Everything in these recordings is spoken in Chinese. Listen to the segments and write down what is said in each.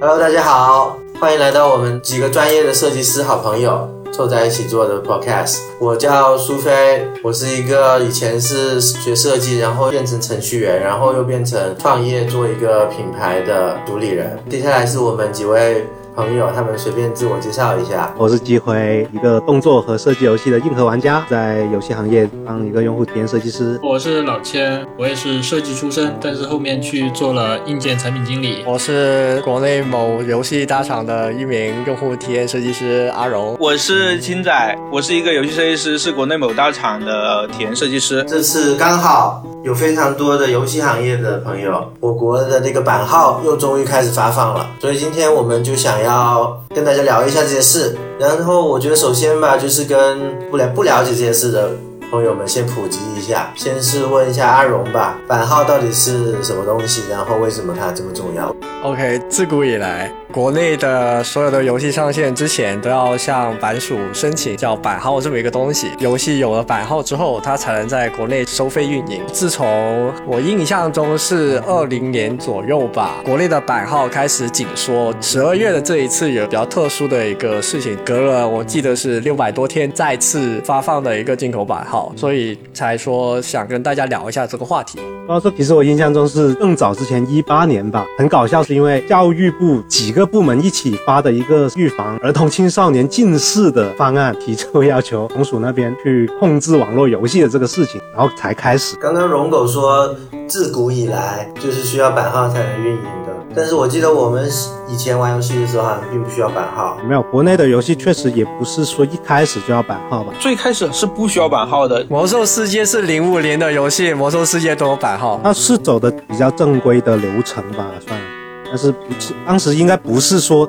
Hello，大家好，欢迎来到我们几个专业的设计师好朋友凑在一起做的 Podcast。我叫苏菲，我是一个以前是学设计，然后变成程序员，然后又变成创业做一个品牌的主理人。接下来是我们几位朋友，他们随便自我介绍一下。我是机会，一个动作和射击游戏的硬核玩家，在游戏行业当一个用户体验设计师。我是老千，我也是设计出身，但是后面去做了硬件产品经理。我是国内某游戏大厂的一名用户体验设计师阿荣。我是青仔，我是一个游戏设计师，是国内某大厂的体验设计师。这次刚好有非常多的游戏行业的朋友，我国的这个版号又终于开始发放了，所以今天我们就想要跟大家聊一下这些事。然后我觉得首先吧，就是跟不了不了解这些事的朋友们先普及一下，先是问一下阿荣吧，版号到底是什么东西，然后为什么它这么重要？ OK，自古以来，国内的所有的游戏上线之前都要向版署申请叫版号这么一个东西。游戏有了版号之后，它才能在国内收费运营。自从我印象中是二零年左右吧，国内的版号开始紧缩。十二月的这一次有比较特殊的一个事情，隔了我记得是六百多天再次发放的一个进口版号，所以才说想跟大家聊一下这个话题。包括其实我印象中是更早之前一八年吧，很搞笑，是因为教育部几个部门一起发的一个预防儿童青少年近视的方案，提出要求红薯那边去控制网络游戏的这个事情，然后才开始。刚刚荣狗说，自古以来就是需要版号才能运营的，但是我记得我们以前玩游戏的时候好像并不需要版号。没有，国内的游戏确实也不是说一开始就要版号吧。最开始是不需要版号的，魔兽世界是零五年的游戏，魔兽世界都有版号。它是走的比较正规的流程吧，算，但是不是当时应该不是说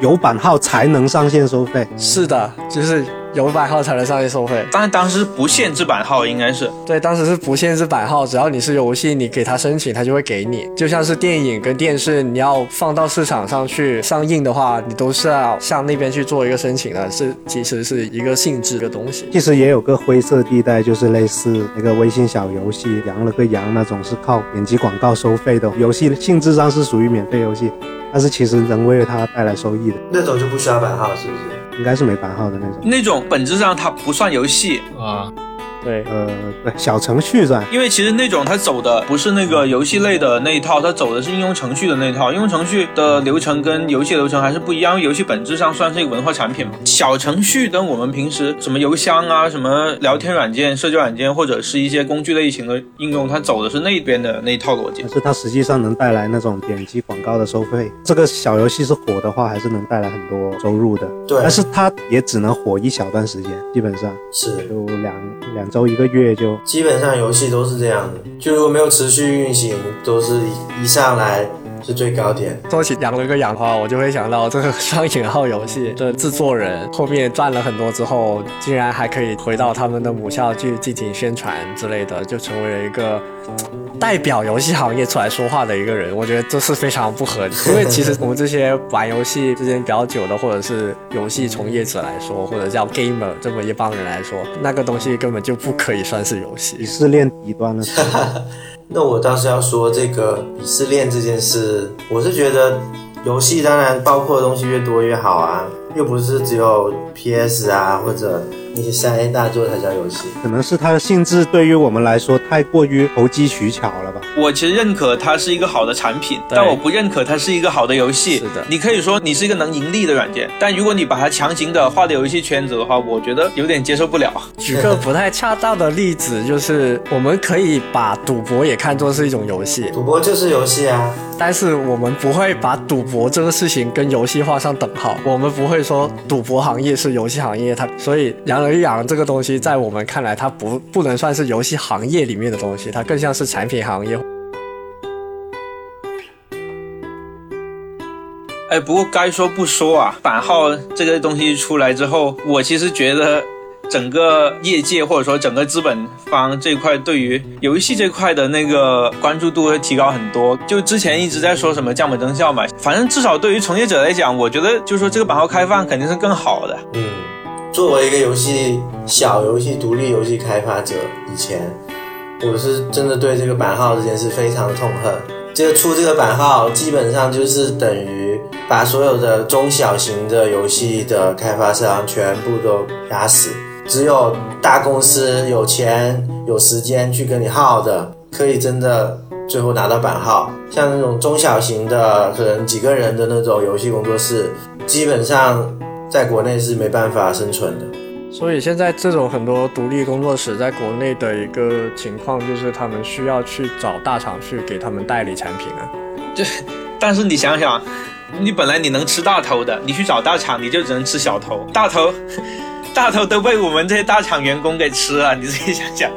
有版号才能上线收费，是的，就是有版号才能上线收费。但当时不限制版号，应该是对，当时是不限制版号，只要你是游戏，你给他申请，他就会给你。就像是电影跟电视，你要放到市场上去上映的话，你都是要向那边去做一个申请的，是其实是一个性质的东西。其实也有个灰色地带，就是类似那个微信小游戏羊了个羊那种，是靠点击广告收费的游戏，性质上是属于免费游戏，但是其实能为它带来收益的，那种就不需要版号，是不是？应该是没版号的那种。那种本质上它不算游戏，啊，对，呃，对，小程序算，因为其实那种它走的不是那个游戏类的那一套，它走的是应用程序的那一套。应用程序的流程跟游戏流程还是不一样，因为游戏本质上算是一个文化产品嘛。小程序跟我们平时什么邮箱啊、什么聊天软件、社交软件或者是一些工具类型的应用，它走的是那边的那一套逻辑但。是它实际上能带来那种点击广告的收费。这个小游戏是火的话，还是能带来很多收入的，对，但是它也只能火一小段时间，基本上。是就两两周一个月就基本上游戏都是这样的，就如果没有持续运行，都是一一上来是最高点。说起养了个养的话，我就会想到这个双引号游 戏的制作人后面赚了很多之后，竟然还可以回到他们的母校去进行宣传之类的，就成为了一个嘖代表游戏行业出来说话的一个人。我觉得这是非常不合理，因为其实我们这些玩游戏之间比较久的，或者是游戏从业者来说，或者叫 gamer 这么一帮人来说，那个东西根本就不可以算是游戏鄙。视链底端了。那我倒是要说这个鄙视链这件事，我是觉得游戏当然包括的东西越多越好啊，又不是只有 PS 啊或者那些三 A 大作才叫游戏。可能是它的性质对于我们来说太过于投机取巧了吧？我其实认可它是一个好的产品，对但我不认可它是一个好的游戏。是的你可以说你是一个能盈利的软件，但如果你把它强行的划到游戏圈子的话，我觉得有点接受不了。 举个不太恰当的例子，就是我们可以把赌博也看作是一种游戏，赌博就是游戏啊，但是我们不会把赌博这个事情跟游戏画上等号，我们不会说赌博行业是游戏行业，它所以养儿育养这个东西，在我们看来，它不不能算是游戏行业里面的东西，它更像是产品行业。哎，不过该说不说啊，版号这个东西出来之后，我其实觉得整个业界或者说整个资本方这块对于游戏这块的那个关注度会提高很多。就之前一直在说什么降本增效嘛，反正至少对于从业者来讲，我觉得就是说这个版号开放肯定是更好的。嗯，作为一个游戏小游戏独立游戏开发者，以前我是真的对这个版号这件事非常痛恨。这个出这个版号，基本上就是等于把所有的中小型的游戏的开发商全部都压死，只有大公司有钱有时间去跟你耗的，可以真的最后拿到版号。像那种中小型的，可能几个人的那种游戏工作室，基本上在国内是没办法生存的。所以现在这种很多独立工作室在国内的一个情况就是，他们需要去找大厂去给他们代理产品啊。但是你想想，你本来你能吃大头的，你去找大厂，你就只能吃小头。大头， 大头都被我们这些大厂员工给吃了，你自己想想。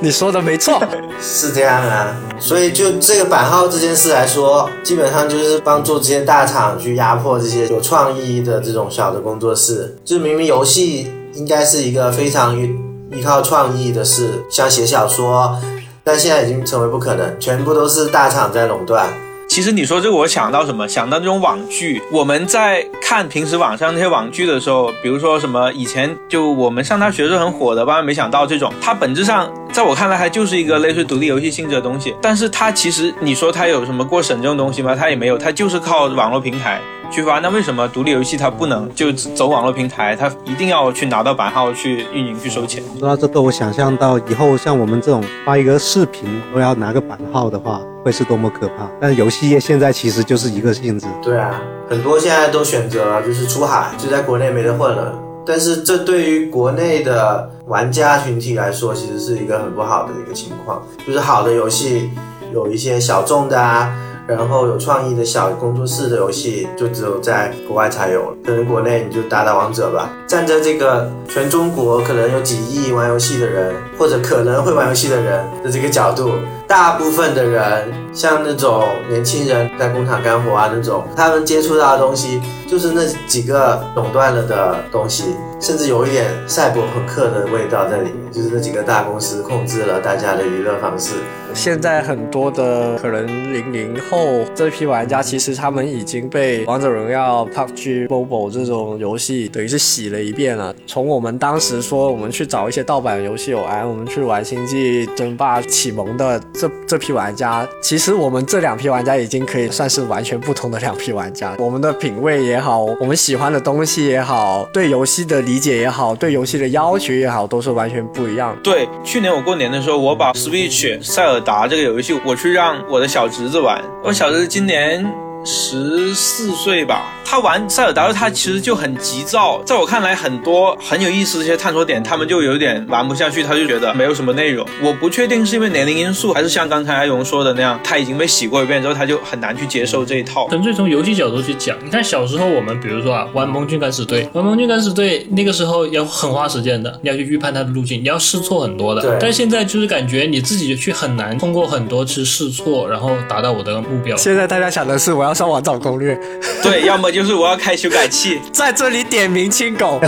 你说的没错，是这样啊，所以就这个版号这件事来说，基本上就是帮助这些大厂去压迫这些有创意的这种小的工作室。就明明游戏应该是一个非常依依靠创意的事，像写小说，但现在已经成为不可能，全部都是大厂在垄断。其实你说这个，我想到什么？想到那种网剧。我们在看平时网上那些网剧的时候，比如说什么以前就我们上大学的时候很火的，万万没想到这种，它本质上在我看来还就是一个类似独立游戏性质的东西。但是它其实你说它有什么过审这种东西吗？它也没有，它就是靠网络平台去发。那为什么独立游戏它不能就走网络平台？它一定要去拿到版号去运营去收钱？说到这个，我想象到以后像我们这种发一个视频都要拿个版号的话，会是多么可怕。但游戏业现在其实就是一个性质，对啊，很多现在都选择就是出海，就在国内没得混了。但是这对于国内的玩家群体来说，其实是一个很不好的一个情况。就是好的游戏有一些小众的啊，然后有创意的小工作室的游戏，就只有在国外才有了。可能国内你就打打王者吧。站在这个全中国可能有几亿玩游戏的人，或者可能会玩游戏的人的这个角度，大部分的人，像那种年轻人在工厂干活啊那种，他们接触到的东西就是那几个垄断了的东西，甚至有一点赛博朋克的味道在里面，就是那几个大公司控制了大家的娱乐方式。现在很多的可能零零后这批玩家，其实他们已经被王者荣耀、PUBG、MOBO 这种游戏等于是洗了一遍了。从我们当时说我们去找一些盗版游戏玩，我们去玩星际争霸启蒙的这这批玩家，其实我们这两批玩家已经可以算是完全不同的两批玩家。我们的品味也好，我们喜欢的东西也好，对游戏的理解也好，对游戏的要求也好，都是完全不一样的。对，去年我过年的时候，我把 Switch 塞尔达这个游戏，我去让我的小侄子玩。我小侄子今年十四岁吧，他玩塞尔达，他其实就很急躁。在我看来，很多很有意思的一些探索点，他们就有点玩不下去，他就觉得没有什么内容。我不确定是因为年龄因素，还是像刚才阿荣说的那样，他已经被洗过一遍之后，他就很难去接受这一套。纯粹从游戏角度去讲，你看小时候我们比如说啊，玩盟军敢死队，玩盟军敢死队那个时候要很花时间的，你要去预判它的路径，你要试错很多对的。但现在就是感觉你自己去很难通过很多次试错，然后达到我的目标。现在大家想的是我要上网找攻略，对，要么就是我要开修改器，在这里点名亲狗。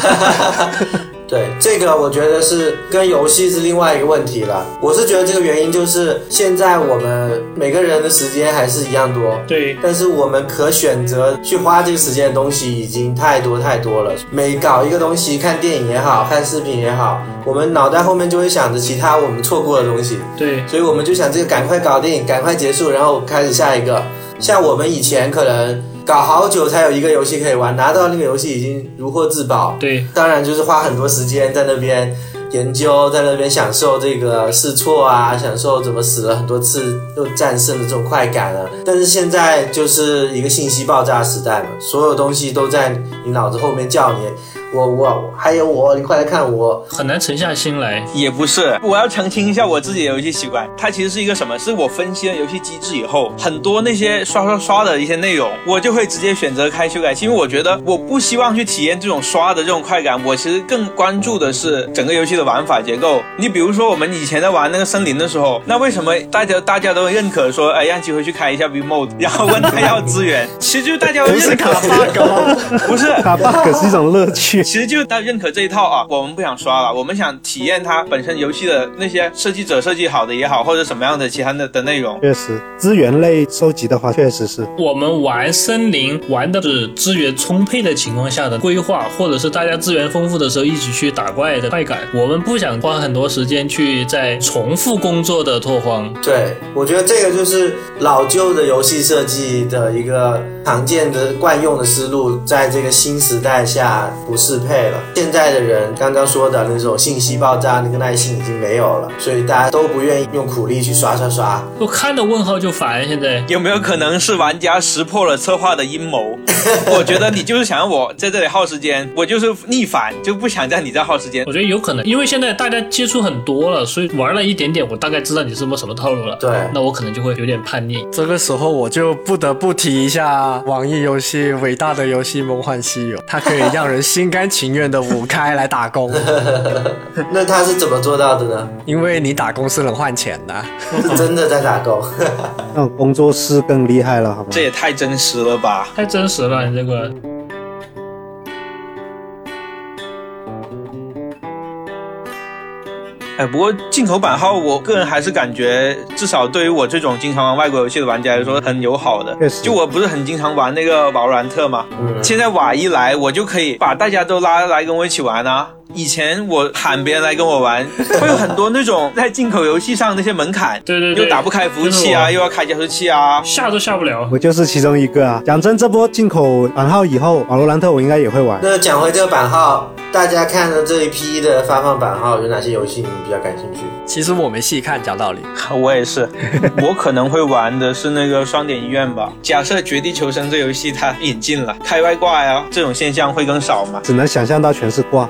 对，这个我觉得是跟游戏是另外一个问题了。我是觉得这个原因就是现在我们每个人的时间还是一样多，对，但是我们可选择去花这个时间的东西已经太多太多了。每搞一个东西，看电影也好看视频也好，我们脑袋后面就会想着其他我们错过的东西，对，所以我们就想这个赶快搞定，赶快结束，然后开始下一个。像我们以前可能搞好久才有一个游戏可以玩，拿到那个游戏已经如获至宝，对，当然就是花很多时间在那边研究，在那边享受这个试错啊，享受怎么死了很多次又战胜的这种快感啊。但是现在就是一个信息爆炸时代嘛，所有东西都在你脑子后面叫你，我我还有我，你快来看我。很难沉下心来。也不是，我要澄清一下我自己的游戏习惯，它其实是一个什么？是我分析了游戏机制以后，很多那些刷刷刷的一些内容，我就会直接选择开修改器，因为我觉得我不希望去体验这种刷的这种快感，我其实更关注的是整个游戏的玩法结构。你比如说我们以前在玩那个森林的时候，那为什么大家大家都认可说，哎，让机回去开一下 V mode，然后问他要资源，其实就是大家都 不是认可卡 bug 吗？ 不是打 bug 是一种乐趣。去。其实就他认可这一套啊，我们不想刷了，我们想体验它本身游戏的那些设计者设计好的也好，或者什么样的其他的的内容。确实，资源类收集的话，确实是我们玩森林玩的是资源充沛的情况下的规划，或者是大家资源丰富的时候一起去打怪的快感。我们不想花很多时间去在重复工作的拓荒。对，我觉得这个就是老旧的游戏设计的一个常见的惯用的思路，在这个新时代下不适配了。现在的人刚刚说的那种信息爆炸，那个耐性已经没有了，所以大家都不愿意用苦力去刷刷 刷。我看到问号就烦，现在有没有可能是玩家识破了策划的阴谋？我觉得你就是想让我在这里耗时间，我就是逆反，就不想在你这耗时间。我觉得有可能，因为现在大家接触很多了，所以玩了一点点，我大概知道你是什么什么套路了。对那我可能就会有点叛逆。这个时候我就不得不提一下网易游戏伟大的游戏《梦幻西游》，它可以让人心甘情愿的五开来打工，那他是怎么做到的呢？ 因为你打工是能换钱的。是真的在打工。那种工作室更厉害了，好吗这？也太真实了吧！太真实了，你这个。哎，不过进口版号，我个人还是感觉，至少对于我这种经常玩外国游戏的玩家来说，很友好的确。实就我不是很经常玩那个瓦罗兰特嘛，嗯，现在瓦一来，我就可以把大家都拉来跟我一起玩啊。以前我喊别人来跟我玩，会有很多那种在进口游戏上那些门槛， 对对对，又打不开服务器啊，就是又要开加速器啊我，下都下不了。我就是其中一个啊！讲真，这波进口版号以后，瓦罗兰特我应该也会玩。那讲回这个版号， 大家看了这一批的发放版号，有哪些游戏你们比较感兴趣？其实我没细看，讲道理，我也是，我可能会玩的是那个双点医院吧。假设《绝地求生》这游戏它引进了开外挂呀，这种现象会更少嘛？只能想象到全是 挂。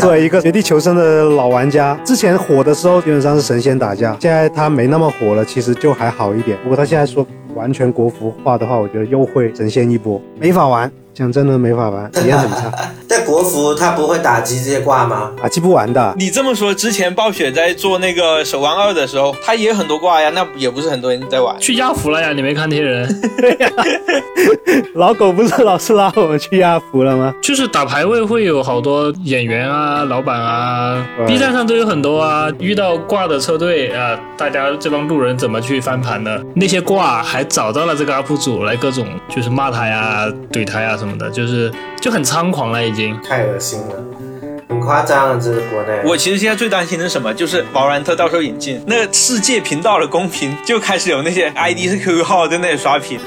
作为一个绝地求生的老玩家，之前火的时候基本上是神仙打架，现在他没那么火了，其实就还好一点。如果他现在说完全国服化的话，我觉得又会神仙一波，没法玩。讲真的，没法玩，体验很 差，但国服它不会打击这些挂吗？打击不完的。你这么说，之前暴雪在做那个《守望二》的时候，它也有很多挂呀，那也不是很多人在玩。去亚服了呀！你没看那些人，老狗不是老是拉我们去压服了吗？就是打排位会有好多演员啊、老板啊对，B 站上都有很多啊。遇到挂的车队啊，大家这帮路人怎么去翻盘的？那些挂还找到了这个 UP 主来各种就是骂他呀、怼他呀什么的，就是就很猖狂了已经。太恶心了，很夸张啊了，这个国内。我其实现在最担心的是什么？就是毛兰特到时候引进那世界频道的公屏，就开始有那些 ID 是 QQ 号在那里刷屏。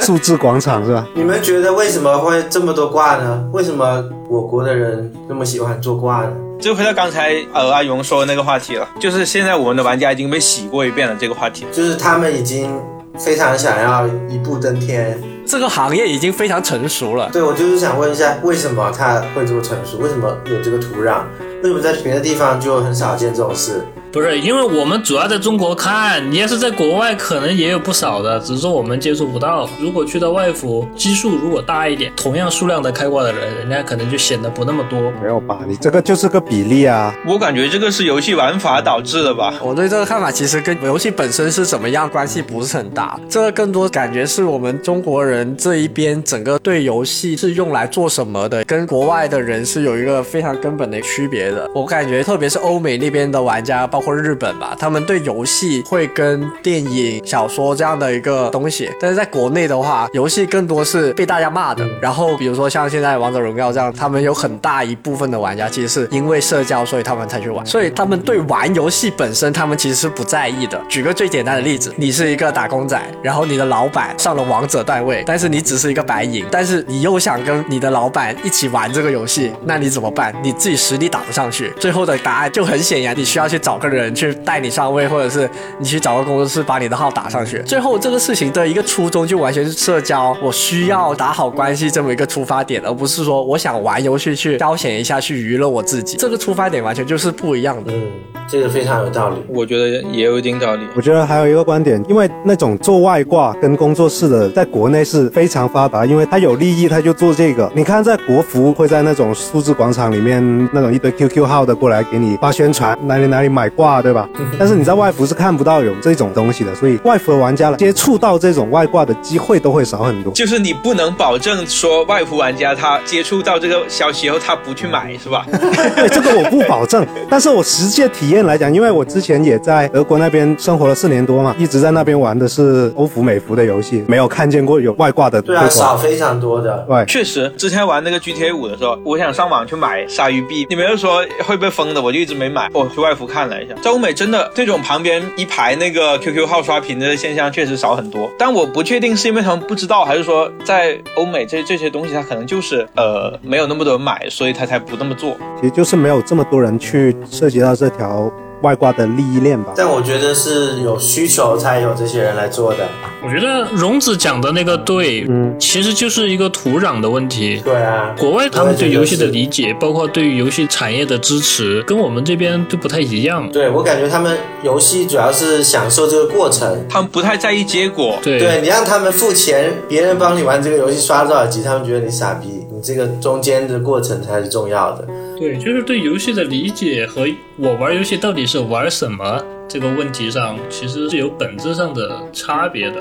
数字广场是吧？你们觉得为什么会这么多挂呢？为什么我国的人那么喜欢做挂呢？这回到刚才呃阿勇说的那个话题了，就是现在我们的玩家已经被洗过一遍了这个话题。就是他们已经非常想要一步登天。这个行业已经非常成熟了。对我就是想问一下，为什么它会这么成熟？为什么有这个土壤？为什么在别的地方就很少见这种事？不是，因为我们主要在中国看，你要是在国外，可能也有不少的，只是我们接触不到。如果去到外服，基数如果大一点，同样数量的开挂的人，人家可能就显得不那么多。没有吧？你这个就是个比例啊，我感觉这个是游戏玩法导致的吧。我对这个看法其实跟游戏本身是怎么样关系不是很大，这个更多感觉是我们中国人这一边整个对游戏是用来做什么的，跟国外的人是有一个非常根本的区别的。我感觉特别是欧美那边的玩家，包括日本吧，他们对游戏会跟电影、小说这样的一个东西，但是在国内的话，游戏更多是被大家骂的。然后比如说像现在王者荣耀这样，他们有很大一部分的玩家其实是因为社交，所以他们才去玩，所以他们对玩游戏本身他们其实是不在意的。举个最简单的例子，你是一个打工仔，然后你的老板上了王者段位，但是你只是一个白银，但是你又想跟你的老板一起玩这个游戏，那你怎么办？你自己实力打不上去，最后的答案就很显然，你需要去找个人去带你上位，或者是你去找个工作室把你的号打上去。最后这个事情的一个初衷就完全是社交，我需要打好关系这么一个出发点，而不是说我想玩游戏去消遣一下，去娱乐我自己。这个出发点完全就是不一样的。嗯，这个非常有道理。我觉得也有一定道理。我觉得还有一个观点，因为那种做外挂跟工作室的，在国内是非常发达，因为他有利益他就做这个。你看，在国服会在那种数字广场里面，那种一堆 QQ 号的过来给你发宣传，哪里哪里买挂，对吧？但是你在外服是看不到有这种东西的，所以外服的玩家接触到这种外挂的机会都会少 很多。就是你不能保证说外服玩家他接触到这个消息后他不去买是吧？对这个我不保证，但是我实际的体验来讲，因为我之前也在德国那边生活了四年多嘛，一直在那边玩的是欧服、美服的游戏，没有看见过有外挂的推对啊，广。少非常多的。对，确实，之前玩那个 GTA 五的时候，我想上网去买鲨鱼币，你们又说会被封的，我就一直没买。我去外服看了一下，在欧美真的这种旁边一排那个 QQ 号刷屏的现象确实少很多，但我不确定是因为他们不知道，还是说在欧美这这些东西它可能就是呃没有那么多人买，所以他才不那么做。其实就是没有这么多人去涉及到这条外挂的利益链吧。但我觉得是有需求才有这些人来做的。我觉得荣子讲的那个对，其实就是一个土壤的问题。对啊，国外他们对游戏的理解，包括对于游戏产业的支持，跟我们这边就不太一样。对我感觉他们游戏主要是享受这个过程。他们不太在意结果，对，对你让他们付钱，别人帮你玩这个游戏刷多少级，他们觉得你傻逼。你这个中间的过程才是重要的。对，就是对游戏的理解和我玩游戏到底是玩什么这个问题上，其实是有本质上的差别的。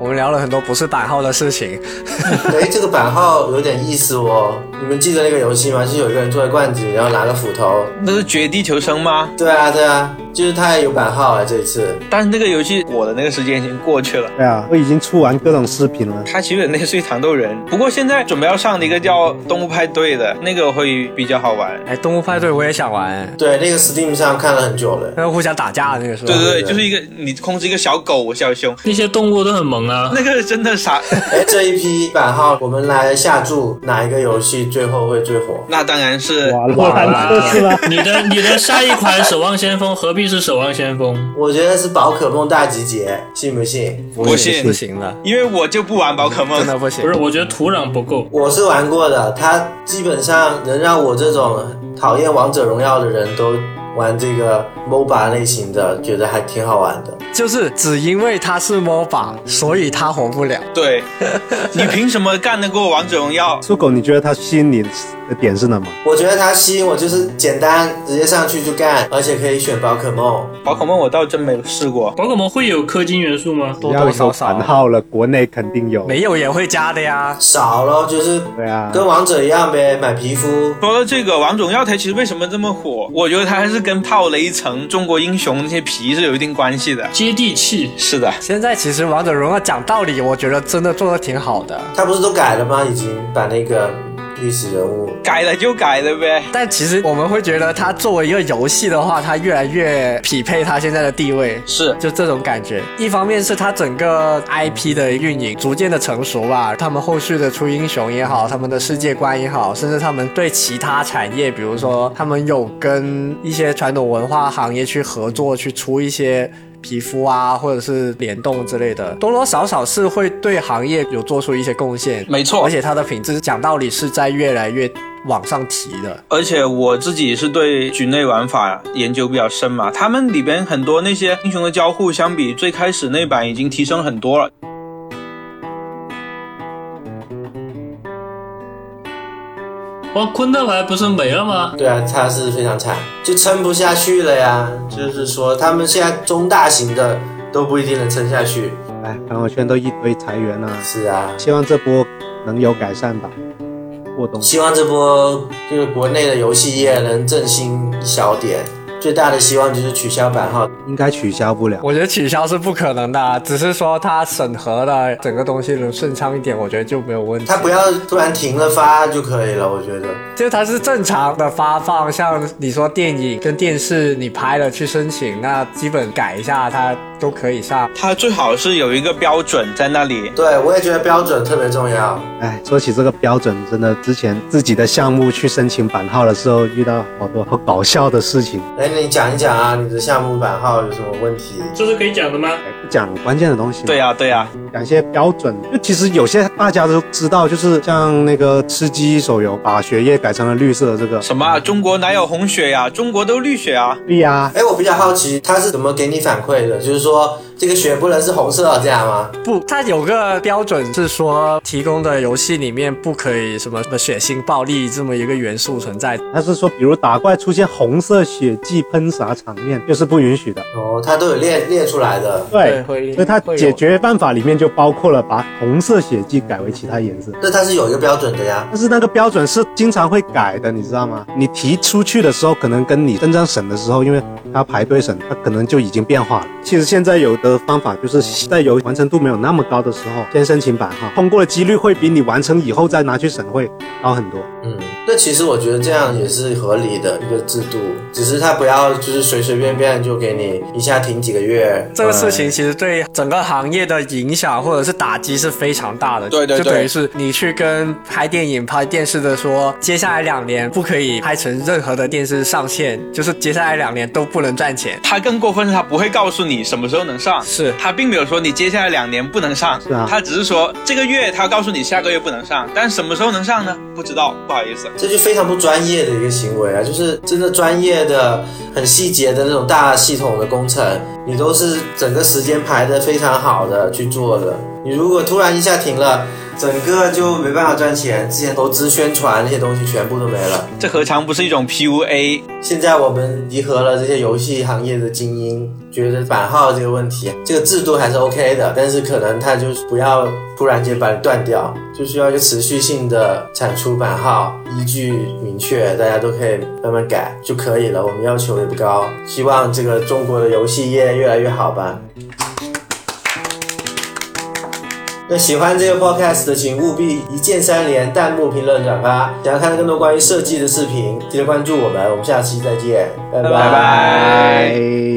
我们聊了很多不是版号的事情，哎，这个版号有点意思哦。你们记得那个游戏吗？就是有一个人坐在罐子里，然后拿个斧头。那是绝地求生吗？对啊，对啊，就是他也有版号啊。这次但是那个游戏我的那个时间已经过去了。对啊，我已经出完各种视频了。它其实有点类似于糖豆人，不过现在准备要上的一个叫《动物派对》的那个会比较好玩。哎，动物派对我也想玩，对那个 Steam 上看了很久了。那个互相打架的那个是吧？对对对，对就是一个你控制一个小狗小熊， 那些动物都很萌啊，那个真的傻。哎，这一批版号，我们来下注哪一个游戏最后会最火？那当然是哇，洛哇兰特斯拉， 你的你的下一款《守望先锋》何必是《守望先锋》？我觉得是宝可梦大集结，信不信？不信不行了，因为我就不玩宝可梦真，的不行不。是，我觉得土壤不够。我是玩过的，它基本上能让我这种讨厌王者荣耀的人都玩这个 MOBA 类型的，觉得还挺好玩的。就是只因为它是 MOBA，所以它红不了。对你凭什么干得过王者荣耀？苏狗，你觉得它吸引你的点是什么？我觉得它吸引我就是简单，直接上去就干，而且可以选宝可梦。宝可梦我倒真没有试过，宝可梦会有氪金元素吗？只多要多有少版少号了，国内肯定有。没有也会加的呀。少咯，就是对啊，跟王者一样呗，买皮肤。说到这个王者荣耀，它其实为什么这么火？我觉得它还是跟套了一层中国英雄那些皮是有一定关系的。接地气，是的，现在其实王者荣耀讲道理，我觉得真的做的挺好的。它不是都改了吗？已经把那个历史人物改了就改了呗。但其实我们会觉得它作为一个游戏的话，它越来越匹配它现在的地位。是，就这种感觉，一方面是它整个 IP 的运营逐渐的成熟吧，他们后续的出英雄也好，他们的世界观也好，甚至他们对其他产业，比如说他们有跟一些传统文化行业去合作，去出一些。皮肤啊，或者是联动之类的，多多少少是会对行业有做出一些贡献，没错而且它的品质，讲道理是在越来越往上提的。而且我自己是对局内玩法研究比较深嘛，他们里边很多那些英雄的交互，相比最开始那版已经提升很多了。哇，昆特牌不是没了吗？对啊，他是非常惨，就撑不下去了呀。就是说，他们现在中大型的都不一定能撑下去。哎，朋友圈都一堆裁员啊，是啊，希望这波能有改善吧。过冬希望这波就是国内的游戏业能振兴一小点。最大的希望就是取消版号。应该取消不了。我觉得取消是不可能的啊，只是说它审核的整个东西能顺畅一点，我觉得就没有问题。他不要突然停了发就可以了，我觉得。就它是正常的发放，像你说电影跟电视你拍了去申请，那基本改一下它都可以上。它最好是有一个标准在那里，对，我也觉得标准特别重要。哎，说起这个标准，真的之前自己的项目去申请版号的时候，遇到好多好搞笑的事情。哎，你讲一讲啊，你的项目版号有什么问题？这是可以讲的吗？哎不讲关键的东西，对、呀、对呀、啊讲一些标准。就其实有些大家都知道，就是像那个吃鸡手游把血液改成了绿色的这个。什么啊、中国哪有红血呀、中国都绿血啊！对呀、哎，我比较好奇他是怎么给你反馈的，就是说这个血不能是红色老家吗？不，它有个标准是说提供的游戏里面不可以什么什么血腥、暴力这么一个元素存在。他是说，比如打怪出现红色血迹喷洒场面，就是不允许的。哦，它都有列列出来的。对，会所以它会有解决办法里面就包括了把红色血迹改为其他颜色。那它是有一个标准的呀。但是那个标准是经常会改的，你知道吗？你提出去的时候，可能跟你真正审的时候，因为它排队审，它可能就已经变化了。其实现在有的方法就是在有完成度没有那么高的时候，先申请版号，通过的几率会比你完成以后再拿去审会高很多。嗯，那其实我觉得这样也是合理的一个制度，只是它不要就是随随便便就给你一下停几个月。这个事嗯哎情其实对整个行业的影响或者是打击是非常大的，对对对就等于是你去跟拍电影、拍电视的说，接下来两年不可以拍成任何的电视上线，就是接下来两年都不能赚钱。他更过分是，他不会告诉你什么时候能上，是他并没有说你接下来两年不能上，是啊他只是说这个月他告诉你下个月不能上，但什么时候能上呢？不知道，不好意思。这就非常不专业的一个行为啊！就是真的专业的、很细节的那种大系统的工程，你都是整个时间排的非常好的去做的。你如果突然一下停了，整个就没办法赚钱，之前投资、宣传那些东西全部都没了。这何尝不是一种 PUA？现在我们集合了这些游戏行业的精英，觉得版号这个问题，啊这个制度还是 OK 的，但是可能它就是不要突然间把你断掉，就需要一个持续性的产出版号，依据明确，大家都可以慢慢改就可以了。我们要求也不高，希望这个中国的游戏业越来越好吧。那喜欢这个 podcast 的，请务必一键三连、弹幕、评论、转发。想要看更多关于设计的视频，记得关注我们。我们下期再见，拜拜拜拜。